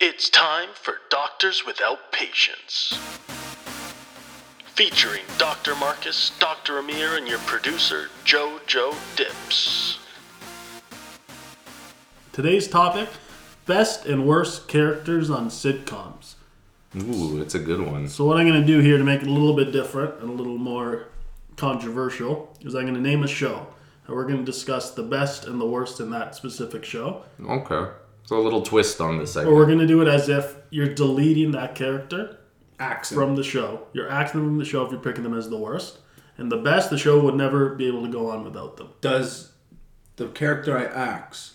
It's time for Doctors Without Patience. Featuring Dr. Marcus, Dr. Amir, and your producer, JoJo Dips. Today's topic best and worst characters on sitcoms. Ooh, it's a good one. So, what I'm going to do here to make it a little bit different and a little more controversial is I'm going to name a show. And we're going to discuss the best and the worst in that specific show. Okay. So a little twist on this But segment. we're going to do it as if you're deleting that character accent. from the show. You're axing them from the show if you're picking them as the worst. And the best, the show would never be able to go on without them. does the character I axe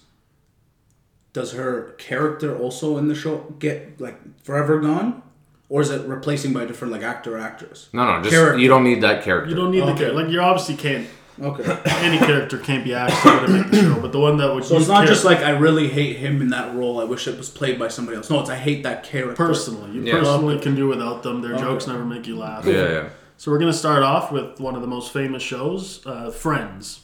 does her character also in the show get like forever gone, or is it replacing by a different like actor or actress? No, no, just Character. you don't need that character. You don't need the Okay. character. Like, you obviously can't. Okay, Any character can't be axed to make the show. But the one that would. so you it's not care- just like I really hate him in that role. I wish it was played by somebody else. No, it's I hate that character. Personally. You Yeah. personally can do without them. Their jokes never make you laugh. yeah, yeah. So we're going to start off with one of the most famous shows, uh, Friends.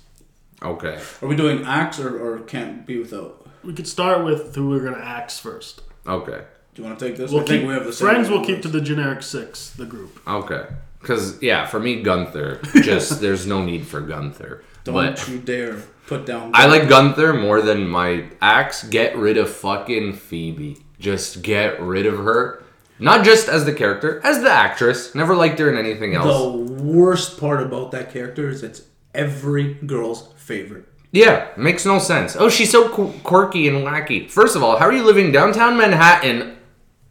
Okay. Are we doing axe or, or can't be without? We could start with who we're going to axe first. Okay. Do you want to take this? We'll I keep, think we have the same Friends will one. keep to the generic six, the group. Okay. Cause yeah, for me Gunther, just there's no need for Gunther. Don't But you dare put down. I like Gunther more than my axe. Get rid of fucking Phoebe. Just get rid of her. Not just as the character, as the actress. Never liked her in anything the else. worst part about that character is it's every girl's favorite. Yeah, makes no sense. Oh, she's so qu- quirky and wacky. First of all, how are you living downtown Manhattan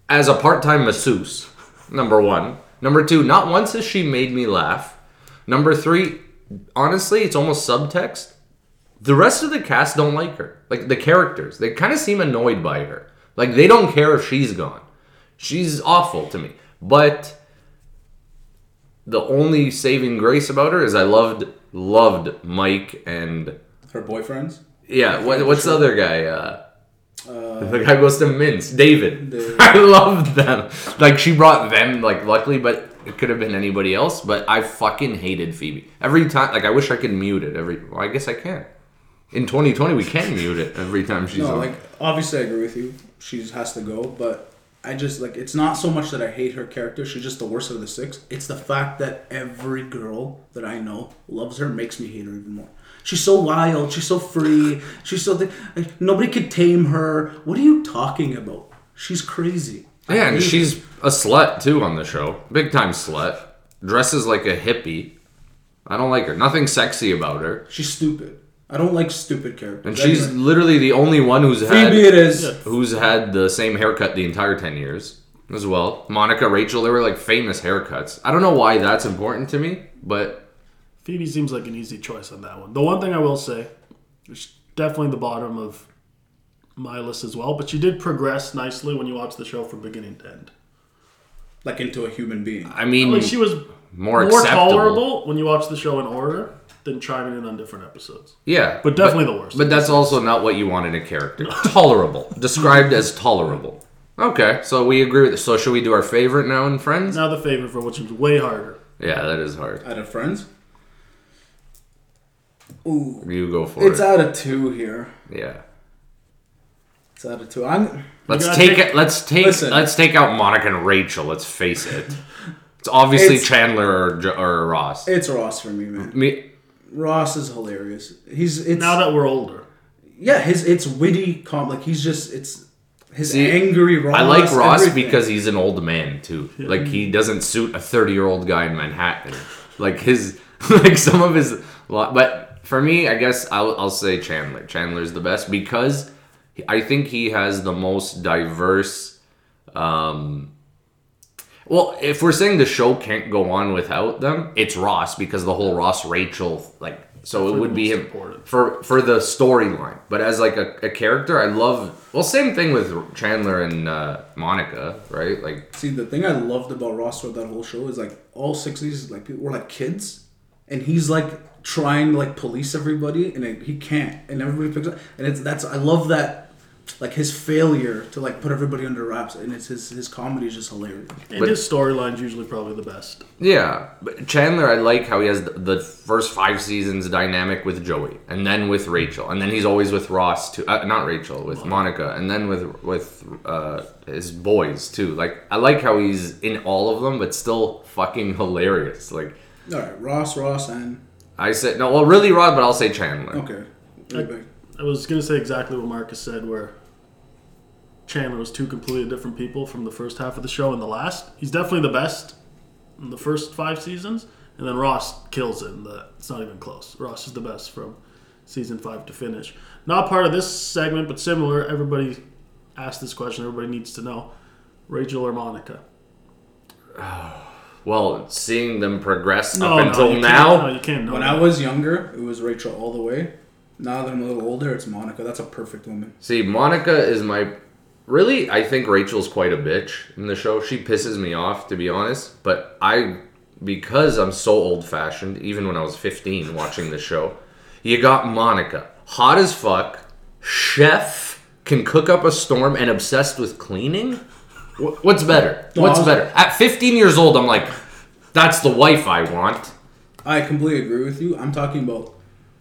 as a part-time masseuse? Number one. Number two, not once has she made me laugh. Number three, honestly, it's almost subtext. The rest of the cast don't like her. Like the characters, they kind of seem annoyed by her. Like they don't care if she's gone. She's awful to me. But the only saving grace about her is I loved loved Mike and Her boyfriends. yeah, what, what's the other guy? Uh, the guy who goes to Mince, David. David. I love them. Like she brought them. Like luckily, but it could have been anybody else. But I fucking hated Phoebe every time. Like I wish I could mute it every. Well, I guess I can. In 2020, we can mute it every time she's No, on. like obviously I agree with you. She has to go, but I just like it's not so much that I hate her character. She's just the worst of the six. It's the fact that every girl that I know loves her makes me hate her even more. She's so wild. She's so free. She's so thi- like, nobody could tame her. What are you talking about? She's crazy. I yeah, and hate- she's a slut too on the show. Big time slut. Dresses like a hippie. I don't like her. Nothing sexy about her. she's stupid. I don't like stupid characters. And she's Anyway. literally the only one who's had. Phoebe. It is. who's had the same haircut the entire 10 years as well. Monica, Rachel, they were like famous haircuts. I don't know why that's important to me, but Phoebe seems like an easy choice on that one. The one thing I will say, she's definitely the bottom of my list as well, but she did progress nicely when you watch the show from beginning to end. Like into a human being. I mean, Like she was more, more acceptable. tolerable when you watch the show in order than chiming in on different episodes. Yeah. But definitely the worst. But that's also not what you want in a character. Tolerable. Described as tolerable. Okay, so we agree with So should we do our favorite now in Friends? now the favorite for which is way harder. Yeah, that is hard. Out of friends. Ooh, You go for it's it. out of two here. yeah. It's out of two. I'm. Let's gotta take, take- it. Let's take. Listen. Let's take out Monica and Rachel. Let's face it. It's obviously It's- Chandler or, Jo- or Ross. It's Ross for me, man. Me, Ross is hilarious. He's it's Now that we're older. yeah. His it's witty com like he's just it's his See, angry Ross. I like Ross everything. because he's an old man too. Like he doesn't suit a thirty-year-old guy in Manhattan. Like his, like some of his. lo- But for me, I guess I'll, I'll say Chandler. Chandler's the best because I think he has the most diverse. Um, well, if we're saying the show can't go on without them, it's Ross because the whole Ross Rachel like. So it would be most him important. for for the storyline, but as like a, a character, I love. Well, same thing with Chandler and uh, Monica, right? Like, see the thing I loved about Ross throughout that whole show is like all sixties like people were like kids, and he's like trying to like police everybody and it, he can't and everybody picks up and it's that's I love that like his failure to like put everybody under wraps, and it's his his comedy is just hilarious. And But- his storyline's usually probably the best. Yeah, but Chandler, I like how he has the, the first five seasons dynamic with Joey, and then with Rachel, and then he's always with Ross too. Uh, not Rachel, with Monica, and then with with uh, his boys too. Like I like how he's in all of them, but still fucking hilarious. Like All right, Ross, Ross, and I said, no, well, really Rod, but I'll say Chandler. Oh. okay, Right back. I was gonna say exactly what Marcus said, where Chandler was two completely different people from the first half of the show and the last. He's definitely the best in the first five seasons, and then Ross kills it. In the, it's not even close. Ross is the best from season five to finish. Not part of this segment, but similar. Everybody asked this question. Everybody needs to know: Rachel or Monica? Well, seeing them progress up No, no, until you can't- now, no, you can't. know When that. I was younger, it was Rachel all the way. Now that I'm a little older, it's Monica. That's a perfect woman. See, Monica is my. Really, I think Rachel's quite a bitch in the show. She pisses me off, to be honest. But I, because I'm so old fashioned, even when I was 15 watching the show, you got Monica. Hot as fuck, chef, can cook up a storm, and obsessed with cleaning? Wh- What's better? No, I What's was- better? At 15 years old, I'm like, that's the wife I want. I completely agree with you. I'm talking about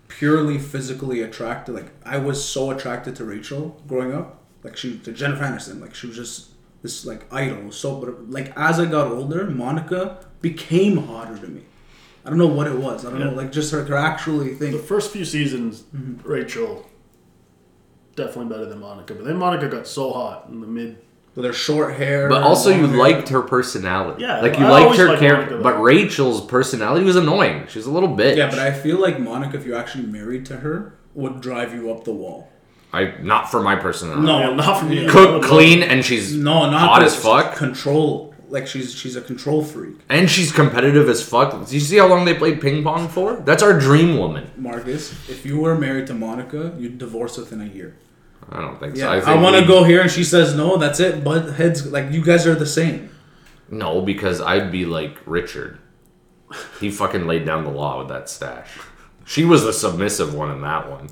purely physically attracted. Like I was so attracted to Rachel growing up. Like she to Jennifer Aniston. Like she was just this like idol. So but like as I got older, Monica became hotter to me. I don't know what it was. I don't know. Like just her, her actually The thing. first few seasons, Mm-hmm. Rachel definitely better than Monica, but then Monica got so hot in the mid. With her short hair. But and also, you long hair. liked her personality. Yeah, like you I liked always her liked character. Monica, But though. Rachel's personality was annoying. She was a little bitch. Yeah, but I feel like Monica, if you're actually married to her, would drive you up the wall. I not for my personality. No. Yeah, not from you. Cook, clean, and she's No, not hot the- as fuck, Control. Like she's she's a control freak. and she's competitive as fuck. Do you see how long they played ping pong for? That's our dream woman. Marcus, if you were married to Monica, you'd divorce within a year. I don't think so. Yeah, I, think want to we- go here, and she says no. That's it. But heads, like you guys are the same. No, because I'd be like Richard. He fucking laid down the law with that stash. She was the submissive one in that one.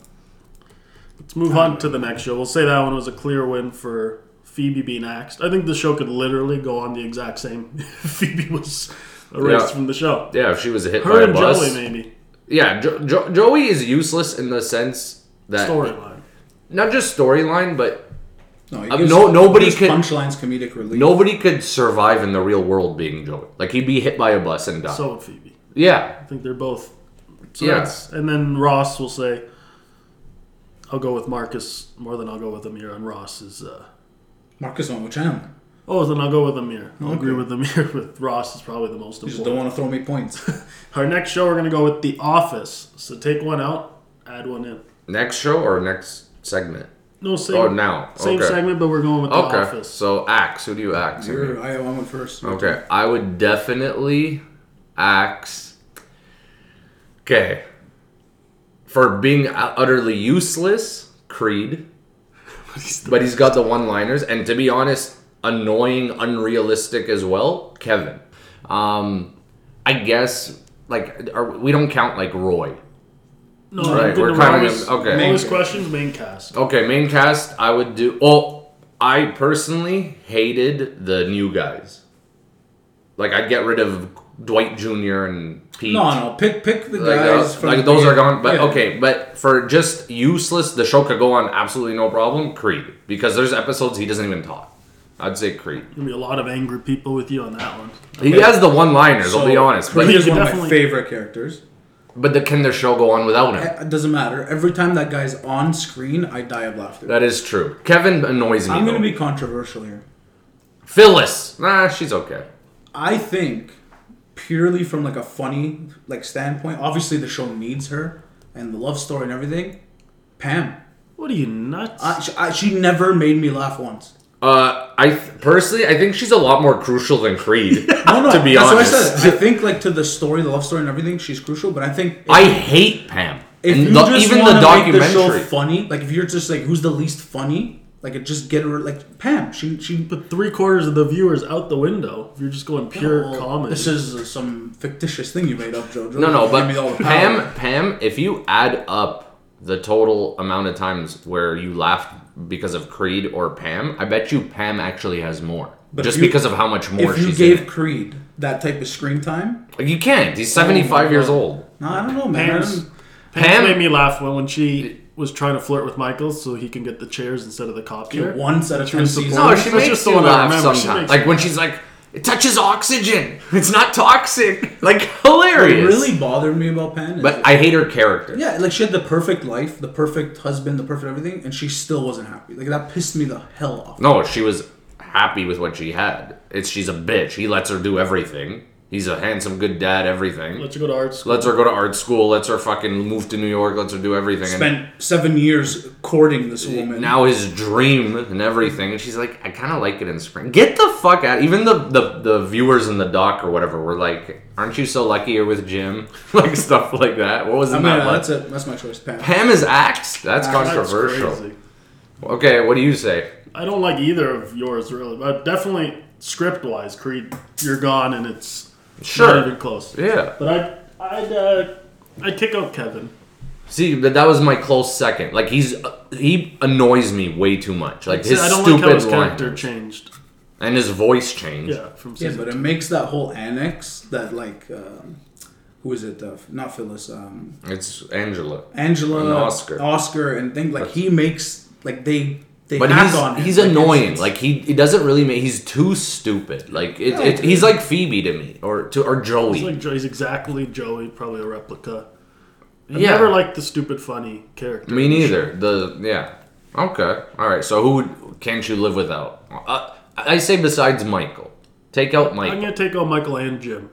Let's move on to the next show. We'll say that one was a clear win for Phoebe being axed. I think the show could literally go on the exact same. Phoebe was erased Yeah. from the show. Yeah, if she was hit Her by a and bus. Joey, maybe. Yeah, jo- jo- Joey is useless in the sense that Storyline. not just storyline, but No, he Uh, no- nobody he gives can- punchlines comedic relief. nobody could survive in the real world being Joey. Like he'd be hit by a bus and die. So would Phoebe. yeah, I think they're both. So Yeah. that's, and then Ross will say, I'll go with Marcus more than I'll go with Amir. And Ross is, uh, Marcus went with Chandler. oh, then I'll go with Amir. I'll agree Okay. with Amir, with Ross is probably the most You important. just don't want to throw me points. Our next show, we're going to go with The Office. So take one out, add one in. next show or next segment. No, same. Oh, now. Same Okay. segment, but we're going with The Okay, Office. so axe. Who do you axe? You're, I, I went first. Okay, I would definitely axe. Okay, for being utterly useless, Creed. But he's got the one-liners, and to be honest, annoying, unrealistic as well. Kevin, um, I guess like are, we don't count like Roy. No, Right, I'm we're good kinda to Lois, gonna- okay. Main Lois cast. questions, main cast. Okay, main cast, I would do. Well, I personally hated the new guys. Like, I'd get rid of Dwight Jr. and Pete. No, no, pick pick the Like, guys. uh, from like the those are beginning. gone, but Yeah. okay. But for just useless, the show could go on absolutely no problem. Creed, because there's episodes he doesn't even talk. I'd say Creed. Gonna be a lot of angry people with you on that one. He has the one-liners. I'll be So, honest, Creed but you is could one of my definitely- favorite characters. but the, can the show go on without him? It doesn't matter. Every time that guy's on screen, I die of laughter. That is true. Kevin annoys me. I'm though. gonna be controversial here. Phyllis. Nah, she's okay. I think purely from like a funny like standpoint, obviously the show needs her and the love story and everything. Pam, What are you nuts? I, she, I, she never made me laugh once. Uh, I th- personally, I think she's a lot more crucial than Creed. No, no, to be that's honest, what I said. I think like to the story, the love story and everything, she's crucial. But I think I hate Pam. if and you the- just even want the to make the documentary. show funny, like if you're just like who's the least funny, like it just get her like Pam. She she. But three quarters of the viewers out the window. If you're just going pure Well, comedy. This is uh, some fictitious thing you made up, Jojo. no, no, Give me all but the power. Pam, Pam. If you add up the total amount of times where you laughed because of Creed or Pam, I bet you Pam actually has more. But just if you- because of how much more If you she's gave in. it. Creed that type of screen time, Like, you can't. He's 75 years God. old. Oh, no, I don't know, man. I Pam's, don't- Pam's Pam- made me laugh when, when she was trying to flirt with Michael so he can get the chairs instead of the cop chair. One set of She ten was seasons. No, supportive. she That's makes just the you one I laugh remember. She sometimes. makes- Like when she's like, "It touches oxygen. It's not toxic." Like What hilarious. really bothered me about Pan. is But I hate her character. Yeah, like she had the perfect life, the perfect husband, the perfect everything, and she still wasn't happy. Like that pissed me the hell off. No, she was happy with what she had. It's she's a bitch. He lets her do everything. He's a handsome, good dad. Everything. Let you go to art school. Lets her go to art school. Lets her fucking move to New York. Lets her do everything. Spent seven years courting this woman. and now his dream and everything. And she's like, I kind of like it in spring. Get the fuck out. Even the, the the viewers in the doc or whatever were like, "Aren't you so lucky you're with Jim?" like stuff like that. What was the I mean, map like? that's it. That's my choice. Pan. Pam is axed. That's Ah, That's controversial. crazy. Okay, what do you say? I don't like either of yours really, but definitely script wise, Creed, you're gone and it's not even close. Yeah. But I, I'd, uh, I'd kick out Kevin. See, but that was my close second. Like he's he annoys me way too much. Like his I don't like stupid how his line character changed. and his voice change. Yeah, from Yeah, season. but it makes that whole annex that like, um, who is it? Uh, not Phyllis. Um, It's Angela. Angela, And Oscar. Oscar, and thing like he makes like they they But hack he's, on him. he's Like, it's- annoying. it's- Like he, he doesn't really make. He's too stupid. Like it, Yeah, it, dude. he's like Phoebe to me or to or Joey. He's like Joe- he's exactly Joey, probably a replica. I Yeah. never liked the stupid funny character. me neither. The yeah. Okay. All right. So who can't you live without? Uh, I say besides Michael. Take out I'm Michael. gonna take out Michael and Jim.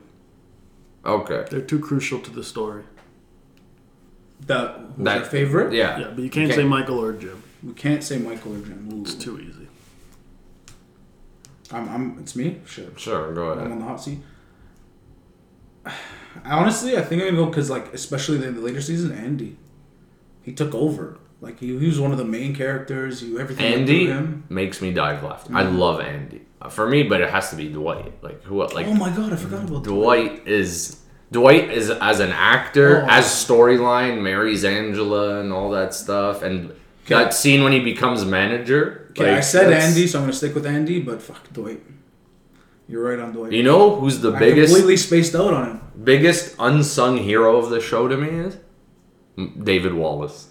Okay. They're too crucial to the story. that. Who's That- your favorite? Yeah. Yeah, but you can't Okay. say Michael or Jim. we can't say Michael or Jim. Ooh. It's too easy. I'm, I'm. It's me. Sure. Sure. Go I'm ahead. on the hot seat. Honestly, I think I'm gonna go because, like, especially in the later season, Andy, he took over. Like, he, he was one of the main characters. You everything went Andy through him. makes me dive left. I Mm. love Andy. Uh, For me, but it has to be Dwight. Like who? el- Like Oh my god, I forgot about that. Dwight is Dwight is as an actor, Oh. as storyline, marries Angela and all that stuff, and that scene when he becomes manager. Okay, I like, said that's- Andy, so I'm gonna stick with Andy. But fuck Dwight. You're right on Dwight. You know who's the I biggest completely spaced out on him. biggest unsung hero of the show to me is M- David Wallace.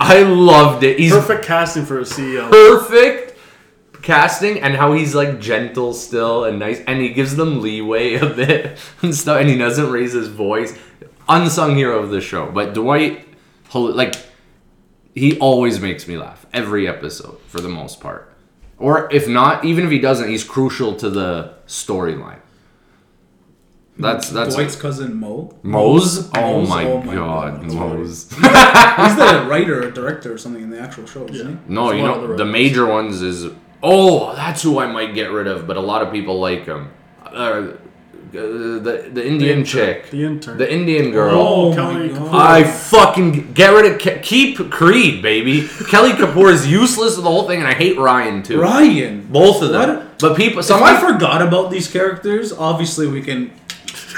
I loved it. He's Perfect casting for a E CEO. perfect casting and how he's like gentle still and nice and he gives them leeway a bit and stuff and he doesn't raise his voice unsung hero of the show but dwight hol- like he always makes me laugh every episode for the most part or if not even if he doesn't he's crucial to the storyline that's that's Dwight's cousin Mo. Mose? Oh Mose, my, oh my god, God, that's Mose. He's the writer or director or something in the actual show, isn't Yeah. he? No, It's you one of know the the roads. major ones is oh that's who I might get rid of, but a lot of people like him. Uh, uh, the the Indian intern. chick, The intern. the Indian girl. Oh, Oh Kelly my Kapoor. God. I fucking get rid of Ke- keep Creed, baby. Kelly Kapoor is useless in the whole thing, and I hate Ryan too. Ryan. Both of them, What? but people If some I peop- forgot about these characters, obviously we can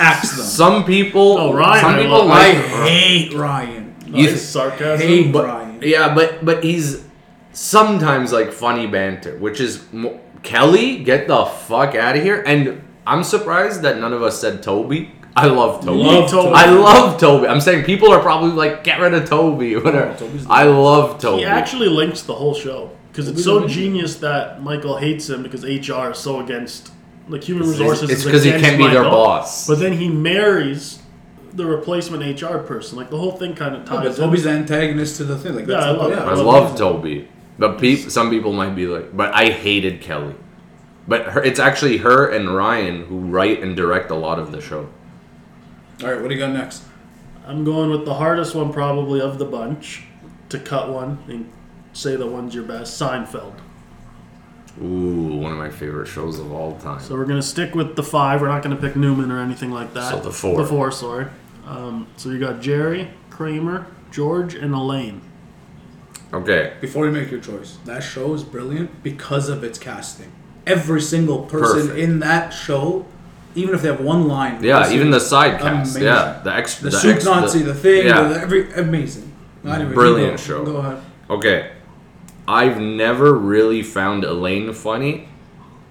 axe them. some people Oh, Ryan, some I people love- like I hate Ryan. Nice you- sarcasm. Hey, but Brian. yeah, but but he's sometimes like funny banter, which is mo- Kelly. Get the fuck out of here! And I'm surprised that none of us said Toby. I love Toby. Love Toby. I love Toby. I'm saying people are probably like get rid of Toby. Whatever. Oh, Toby's the I love Toby. He actually links the whole show because it's so genius that Michael hates him because HR is so against like human resources. it's is 'cause he against can't be their Michael. boss. But then he marries the replacement HR person. Like the whole thing kind of But ties. in. uh, Toby's the antagonist to the thing. Like, Yeah, that's I love I it. love Toby, but peop- some people might be like, but I hated Kelly. But her, it's actually her and Ryan who write and direct a lot of the show. All right, what do you got next? I'm going with the hardest one probably of the bunch to cut one and say the one's your best. Seinfeld. Ooh, one of my favorite shows of all time. So we're gonna stick with the five. We're not gonna pick Newman or anything like that. So the four. The four, sorry. Um, so you got Jerry, Kramer, George, and Elaine. Okay, Before you make your choice, that show is brilliant because of its casting. Every single person Perfect. in that show, even if they have one line. Yeah, is even the side cast. amazing. Yeah, the ex, the, soup ex- Nazi, the, thing, Yeah, the- every amazing. Anyway, Brilliant go- show. Go ahead. Okay. I've never really found Elaine funny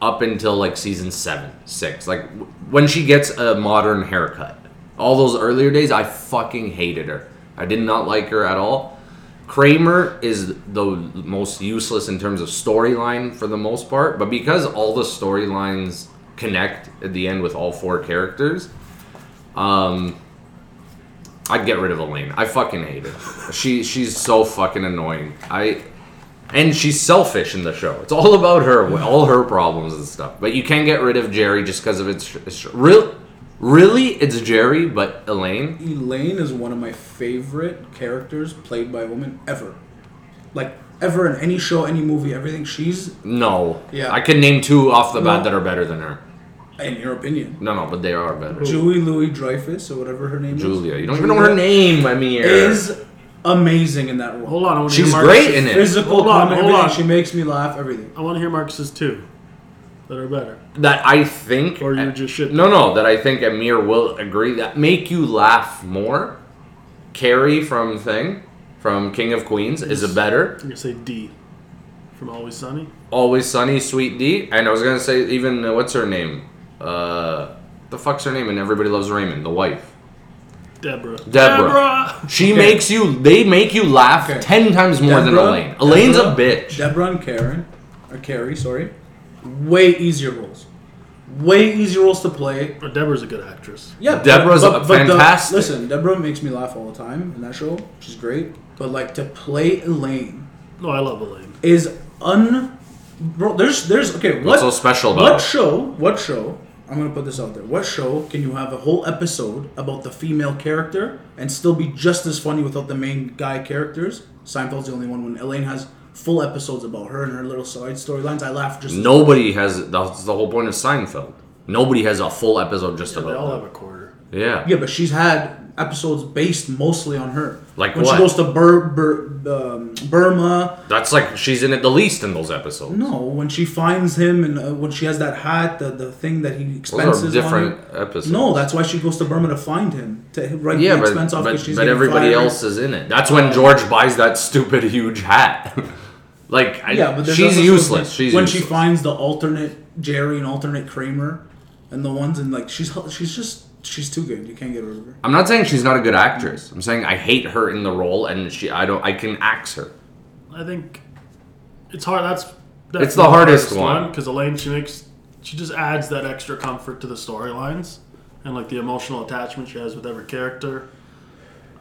up until like season seven, six. Like w- when she gets a modern haircut. All those earlier days, I fucking hated her. I did not like her at all. Kramer is the most useless in terms of storyline for the most part, but because all the storylines connect at the end with all four characters, um, I'd get rid of Elaine. I fucking hate her. She she's so fucking annoying. I and she's selfish in the show. It's all about her, all her problems and stuff. But you can't get rid of Jerry just because of its, its real. Really, it's Jerry, but Elaine. Elaine is one of my favorite characters played by a woman ever. Like ever in any show, any movie, everything. She's No, Yeah. I could name two off the bat No. that are better than her. in your opinion. No, no, but they are better. Julie Louis Dreyfus or whatever her name Julia, is. you don't even know her name. I mean, Is amazing in that role. Hold on, I want to She's hear Marcus's, great in it. Physical Hold on, comedy, hold everything. on. She makes me laugh, everything. I want to hear Marcus's two that are better. that I think, Or you just shit. Uh, no, no, that I think Amir will agree that make you laugh more. Carrie from Thing, from King of Queens, is a better. I'm gonna say D from Always Sunny. Always Sunny, Sweet D, and I was gonna say even uh, what's her name, uh, the fuck's her name, and Everybody Loves Raymond, the wife. Deborah. Deborah. She Okay. makes you. They make you laugh Okay. ten times more than Deborah- Elaine. Elaine's Deborah- a bitch. Deborah and Karen, or Carrie, sorry, way easier roles. Way easier roles to play. But Deborah's a good actress. Yeah, Deborah's but, but the- fantastic. listen, Deborah makes me laugh all the time in that show. She's great, but like to play Elaine No, I love Elaine. is un. Bro, there's there's okay. What, What's so special about What it? show? What show? I'm gonna put this out there. What show can you have a whole episode about the female character and still be just as funny without the main guy characters? Seinfeld's the only one. When Elaine has full episodes about her and her little side storylines, I laugh just. Nobody has. That's the whole point of Seinfeld. Nobody has a full episode just They all about have a quarter. that. Yeah. Yeah, but she's had episodes based mostly on her. Like when what? she goes to Bur- Bur- um, Burma. That's like she's in it the least in those episodes. No, when she finds him and uh, when she has that hat, the, the thing that he those expenses are on. different her. episodes. No, that's why she goes to Burma to find him to write Yeah, the but expense off but, because she's but getting everybody fired. else is in it. That's when George buys that stupid huge hat. like I, Yeah, but there's she's also useless. something- She's when useless. she finds the alternate Jerry and alternate Kramer, and the ones and like she's she's just she's too good. You can't get rid of her. I'm not saying she's not a good actress. I'm saying I hate her in the role, and she I don't I can axe her. I think it's hard. That's, that's It's the hardest one. because Elaine she makes she just adds that extra comfort to the storylines and like the emotional attachment she has with every character.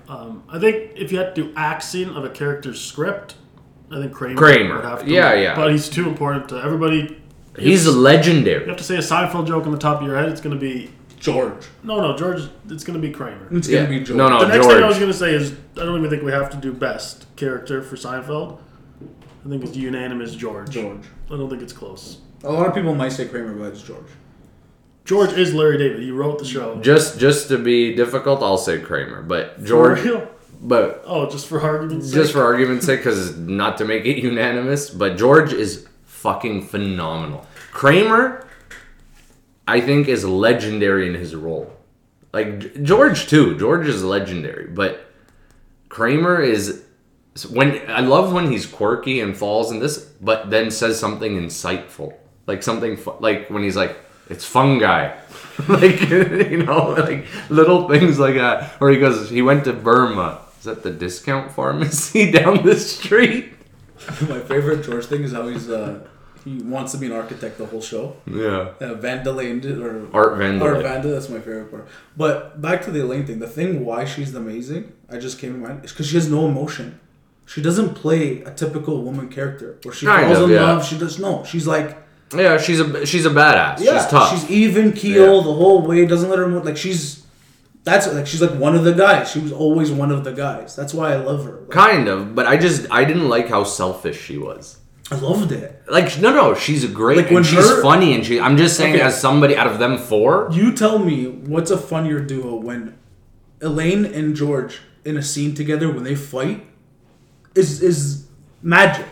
Um, I think if you had to do axing of a character's script, I think Kramer, Kramer. would have to. Yeah, yeah. But he's too important to everybody. He's You legendary. have to say a Seinfeld joke on the top of your head. It's gonna be George, no, no, George. It's gonna be Kramer. it's Yeah. gonna be George. No, no, The next thing I was George. gonna say is I don't even think we have to do best character for Seinfeld. I think it's unanimous George. George. I don't think it's close. A lot of people might say Kramer, but it's George. George is Larry David. He wrote the show. Just just to be difficult, I'll say Kramer, but George. For real? But Oh, just for argument's sake. just for argument's sake, because not to make it unanimous, but George is fucking phenomenal. Kramer, I think, is legendary in his role. Like G- George too. George is legendary, but Kramer is when I love when he's quirky and falls in this, but then says something insightful, like something fu- like when he's like. It's fungi, like you know, like little things like that. Or he goes, he went to Burma. Is that the discount pharmacy down the street? My favorite George thing is how he's uh, he wants to be an architect the whole show. Yeah, Uh, Vandalane did- or Hmm. Art Van. Or Dyke. Vanda, that's my favorite part. But back to the Elaine thing. The thing why she's amazing, I just came to mind, is because she has no emotion. She doesn't play a typical woman character where she Kind falls of, in yeah. love. She does no. She's like Yeah, she's a she's a badass. yeah, she's tough. even keel Yeah. the whole way. Doesn't let her move. Like she's that's like she's like one of the guys. She was always one of the guys. That's why I love her. Like, kind of, but I just I didn't like how selfish she was. I loved it. Like no, no, she's great Like, when and she's her- funny and she. I'm just saying, Okay. as somebody out of them four, You tell me what's a funnier duo when Elaine and George in a scene together when they fight is is magic.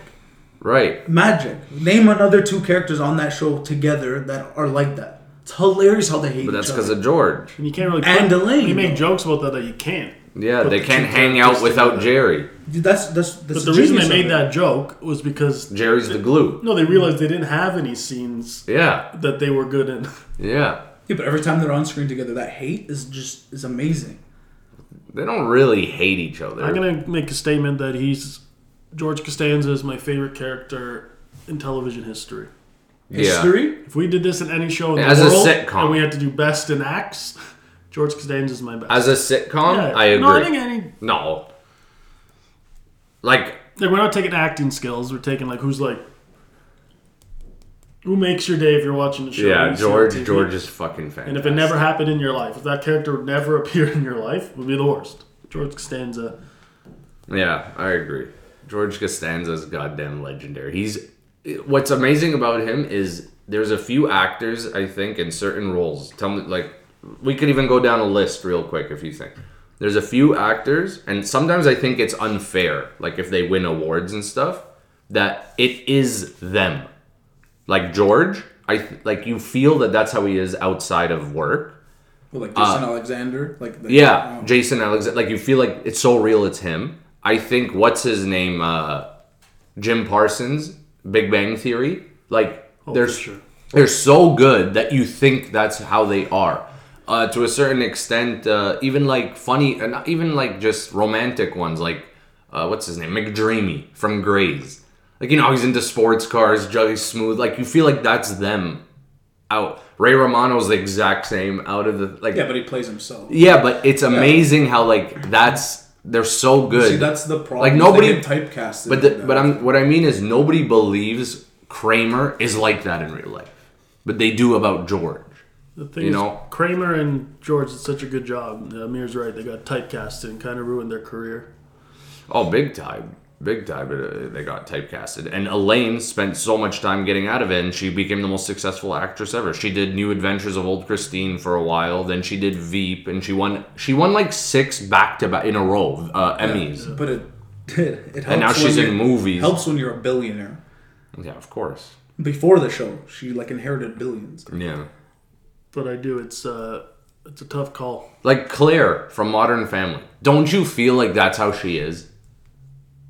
right? Magic. Name another two characters on that show together that are like that. It's hilarious how they hate But that's each because other. of George. and you can't really. And put- Elaine, You make though. jokes about that that you can't. Yeah, Put they the can't two hang characters out without together. Jerry. That's that's. that's But the reason they genius made of it. that joke was because Jerry's the glue. no, they realized they didn't have any scenes Yeah, that they were good in. yeah. Yeah, but every time they're on screen together, that hate is just is amazing. They don't really hate each other. I'm gonna make a statement that he's George Costanza is my favorite character in television history. yeah. History. If we did this in any show in As a the world, sitcom. and we had to do best in acts, George Costanza is my best. As a sitcom, Yeah. I agree. No, I think any. No. Like, Like we're not taking acting skills. We're taking like who's like who makes your day if you're watching the show. yeah, you see on George. TV. George is fucking fantastic. And if it never happened in your life, if that character never appeared in your life, it would be the worst. George Costanza. Yeah, I agree. George Costanza's goddamn legendary. He's what's amazing about him is there's a few actors I think in certain roles. Tell me like we could even go down a list real quick if you think. There's a few actors and sometimes I think it's unfair like if they win awards and stuff that it is them. Like George, I th- like you feel that that's how he is outside of work. Well, like Jason Alexander, like the, Uh, Yeah, um, Jason Alexander. Like you feel like it's so real. It's him. I think what's his name, uh, Jim Parsons, Big Bang Theory. Like they're for sure. they're so good that you think that's how they are. Uh, to a certain extent, uh, even like funny and not even like just romantic ones, like uh, what's his name, McDreamy from Grays. Like you know, he's into sports cars, jolly smooth. Like you feel like that's them. Out Ray Romano's the exact same. Out of the like, yeah, but he plays himself. yeah, but it's amazing how like that's they're so good. See, that's the problem. Like, is nobody- they get typecasted. but like the, that. but I'm what I mean is nobody believes Kramer is like that in real life, but they do about George. The thing You is, know? Kramer and George did such a good job. Uh, Amir's right. They got typecast and kind of ruined their career. Oh, big time, big time. uh, They got typecasted, and Elaine spent so much time getting out of it, and she became the most successful actress ever. She did New Adventures of Old Christine for a while, then she did Veep, and she won she won like six back to back in a row uh, Emmys, But it it helps. and now when she's you're- in movies. Helps when you're a billionaire. Yeah, of course. Before the show, she like inherited billions. Yeah. But I do. It's uh, it's a tough call. Like Claire from Modern Family. Don't you feel like that's how she is?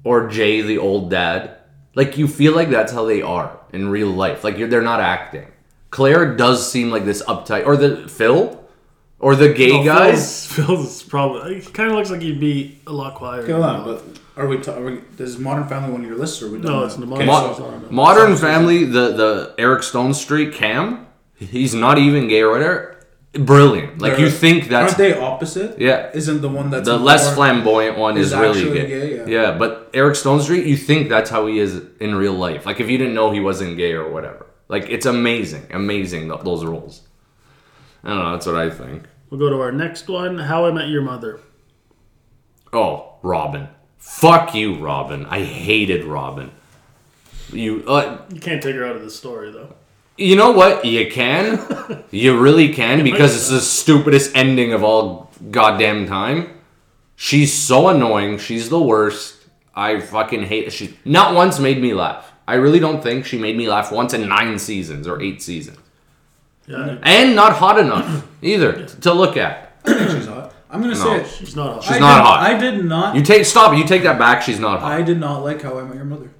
Or Jay, the old dad? Like, you feel like that's how they are in real life. Like, you're, they're not acting. Claire does seem like this uptight. Or the Phil? Or the gay Oh, guys? Phil's, Phil's probably. He kind of looks like he'd be a lot quieter. Come on, but are we? Ta- are we? Does Modern Family one of your lists? Or are we done No, with- it's the Mo- Okay, Modern- so- Modern Family, the, the Eric Stone Street Cam? He's not even gay or whatever. Brilliant. Like, you They're- think that's. aren't they opposite? Yeah. Isn't the one that's The less more- flamboyant one is is really actually gay. gay, yeah. but Eric Stone Street, you think that's how he is in real life. Like if you didn't know he wasn't gay or whatever. Like it's amazing, amazing th- those roles. I don't know. That's what I think. We'll go to our next one. How I Met Your Mother. Oh, Robin. Fuck you, Robin. I hated Robin. You, uh, You can't take her out of the story though. you know what? You can, you really can, because it's the stupidest ending of all goddamn time. She's so annoying. She's the worst. I fucking hate. She not once made me laugh. I really don't think she made me laugh once in nine seasons or eight seasons, Yeah, and not hot enough either t- to look at. She's hot. I'm gonna No. say it. she's not. I She's not did- hot. I did not. You take stop. You take that back. She's not hot. I did not like How I Met Your Mother.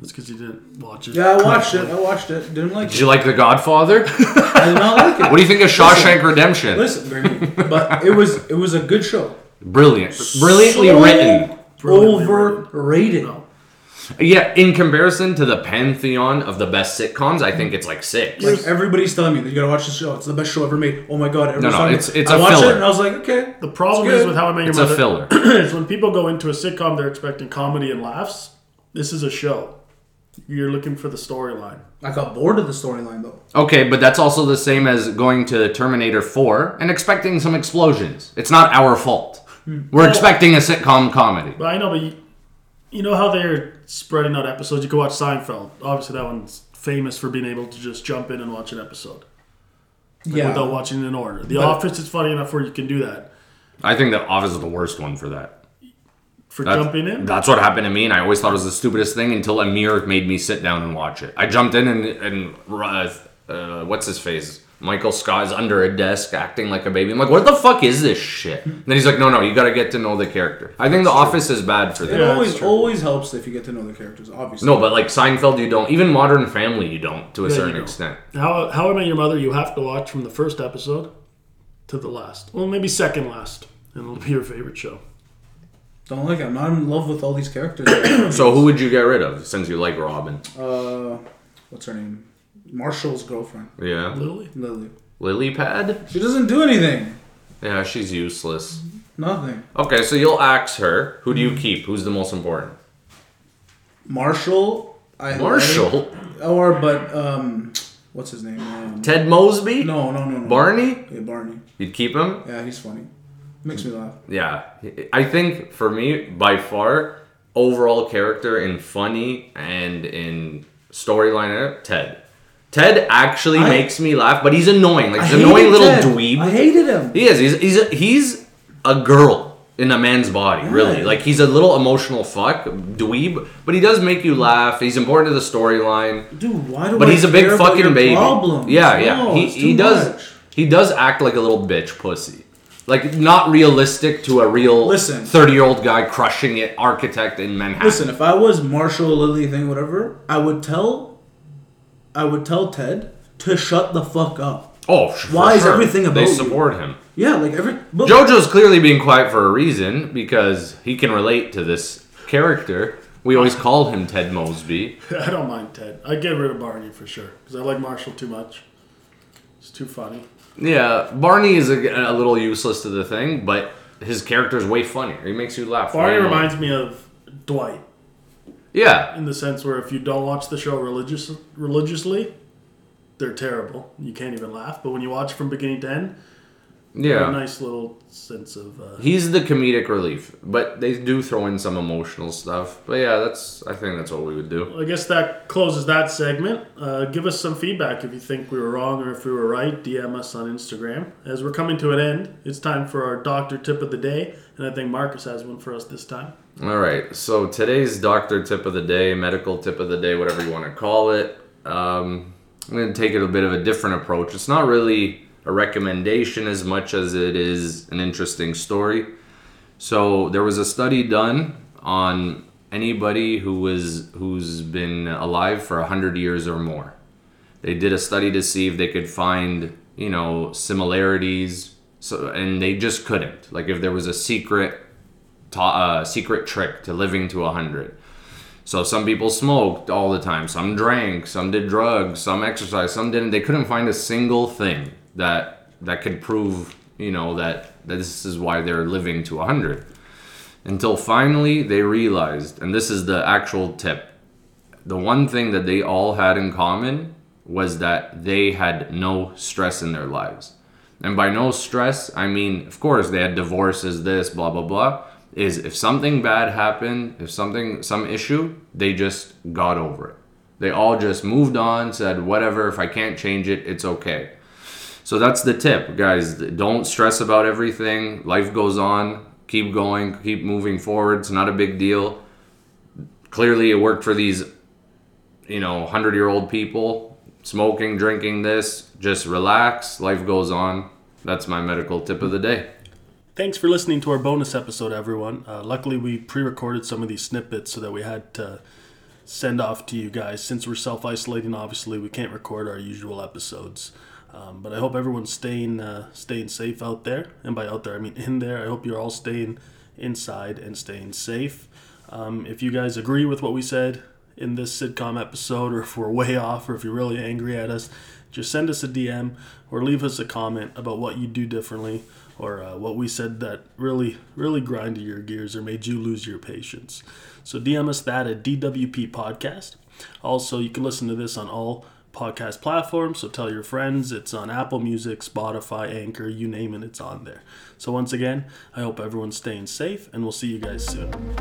That's because you didn't watch it. Yeah, I watched it. I watched it. Didn't like Did it. you like The Godfather? I did not like it. What do you think of Shawshank Redemption? Listen, Bernie, but it was it was a good show. Brilliant, brilliantly So written. Brilliantly Overrated. Yeah, in comparison to the pantheon of the best sitcoms, I think it's like six. Like everybody's telling me that you gotta watch this show. It's the best show ever made. Oh my god! everyone's no, telling me. it's- it's I a watched filler. it and I was like, okay. The problem It's good. is with How I Met Your It's a Mother. filler. is when people go into a sitcom, they're expecting comedy and laughs. This is a show. You're looking for the storyline. I got bored of the storyline though. Okay, but that's also the same as going to Terminator 4 and expecting some explosions. It's not our fault. We're expecting a sitcom comedy. But I know, but you, you know how they're spreading out episodes. You can watch Seinfeld. Obviously, that one's famous for being able to just jump in and watch an episode yeah. without watching it in order. The But- Office is funny enough where you can do that I think The Office is the worst one for that. for That's, jumping in. that's what happened to me, and I always thought it was the stupidest thing until Amir made me sit down and watch it. I jumped in and, and uh, uh, what's his face? Michael Scott is under a desk acting like a baby. I'm like, what the fuck is this shit? And then he's like, no, no, you gotta get to know the character. I think The Office is bad for It that. Yeah, that's always true. always helps if you get to know the characters, obviously. No, but like Seinfeld, you don't. Even Modern Family, you don't to a Yeah, you certain don't. extent. How How I Met Your Mother, you have to watch from the first episode to the last. Well, maybe second last, and it'll be your favorite show. Don't like it. I'm not in love with all these characters. So who would you get rid of since you like Robin? uh, what's her name? Marshall's girlfriend, Yeah, Lily. Lily. Lily Pad. She doesn't do anything. Yeah, she's useless. Nothing. Okay, so you'll axe her. Who do you keep? Who's the most important? Marshall. I like. Marshall, Or but um, what's his name? Um, Ted Mosby, no, no, no, no. Barney. Yeah, Barney. You'd keep him. Yeah, he's funny. Makes me laugh. Yeah, I think for me, by far, overall character in funny and in storyline, uh, Ted. Ted actually I- makes me laugh, but he's annoying. Like I he's an annoying hated little Ted. dweeb. I hated him. He is. He's he's a, he's a girl in a man's body, really. Yeah. Like he's a little emotional fuck dweeb, but he does make you laugh. He's important to the storyline, Dude, why do but I he's a big care about fucking your baby. Problems? Yeah, yeah. No, he it's he too does much. he does act like a little bitch pussy. Like not realistic to a real Listen. thirty-year-old guy crushing it architect in Manhattan. Listen, if I was Marshall Lily thing, whatever, I would tell, I would tell Ted to shut the fuck up. oh, sh- for why is sure. everything about they you? support him? Yeah, like every but JoJo's clearly being quiet for a reason because he can relate to this character. We always called him Ted Mosby. I don't mind Ted. I'd get rid of Barney for sure because I like Marshall too much. It's too funny. Yeah, Barney is a, a little useless to the thing, but his character is way funnier. He makes you laugh. Barney way more. reminds me of Dwight Yeah, in the sense where if you don't watch the show religious, religiously, they're terrible. You can't even laugh. But when you watch from beginning to end, a yeah. nice little sense of. Uh, He's the comedic relief, but they do throw in some emotional stuff. But yeah, that's I think that's what we would do. I guess that closes that segment. Uh, give us some feedback if you think we were wrong or if we were right. DM us on Instagram. As we're coming to an end, it's time for our doctor tip of the day, and I think Marcus has one for us this time. All right, so today's doctor tip of the day, medical tip of the day, whatever you want to call it. Um, I'm going to take it a bit of a different approach. It's not really a recommendation as much as it is an interesting story. So there was a study done on anybody who was who's been alive for hundred years or more. They did a study to see if they could find you know similarities, so and they just couldn't. Like if there was a secret, ta- uh, secret trick to living to hundred. So some people smoked all the time, some drank, some did drugs, some exercised, some didn't. They couldn't find a single thing that that could prove, you know, that, that this is why they're living to 100. Until finally they realized, and this is the actual tip. The one thing that they all had in common was that they had no stress in their lives. And by no stress, I mean, of course, they had divorces, this, blah, blah, blah. Is if something bad happened, if something, some issue, they just got over it. They all just moved on, said, whatever, if I can't change it, it's okay. So that's the tip, guys. Don't stress about everything. Life goes on. Keep going, keep moving forward. It's not a big deal. Clearly, it worked for these you know, 100 year old people smoking, drinking this, just relax. Life goes on. That's my medical tip of the day. Thanks for listening to our bonus episode, everyone. Uh, luckily, we pre recorded some of these snippets so that we had to send off to you guys. Since we're self isolating, obviously, we can't record our usual episodes. Um, but I hope everyone's staying, uh, staying safe out there. And by out there, I mean in there. I hope you're all staying inside and staying safe. Um, if you guys agree with what we said in this sitcom episode, or if we're way off, or if you're really angry at us, just send us a DM or leave us a comment about what you do differently or uh, what we said that really, really grinded your gears or made you lose your patience. So DM us that at DWP Podcast. Also, you can listen to this on all podcast platforms. So tell your friends. It's on Apple Music, Spotify, Anchor, you name it, it's on there. So once again, I hope everyone's staying safe, and we'll see you guys soon.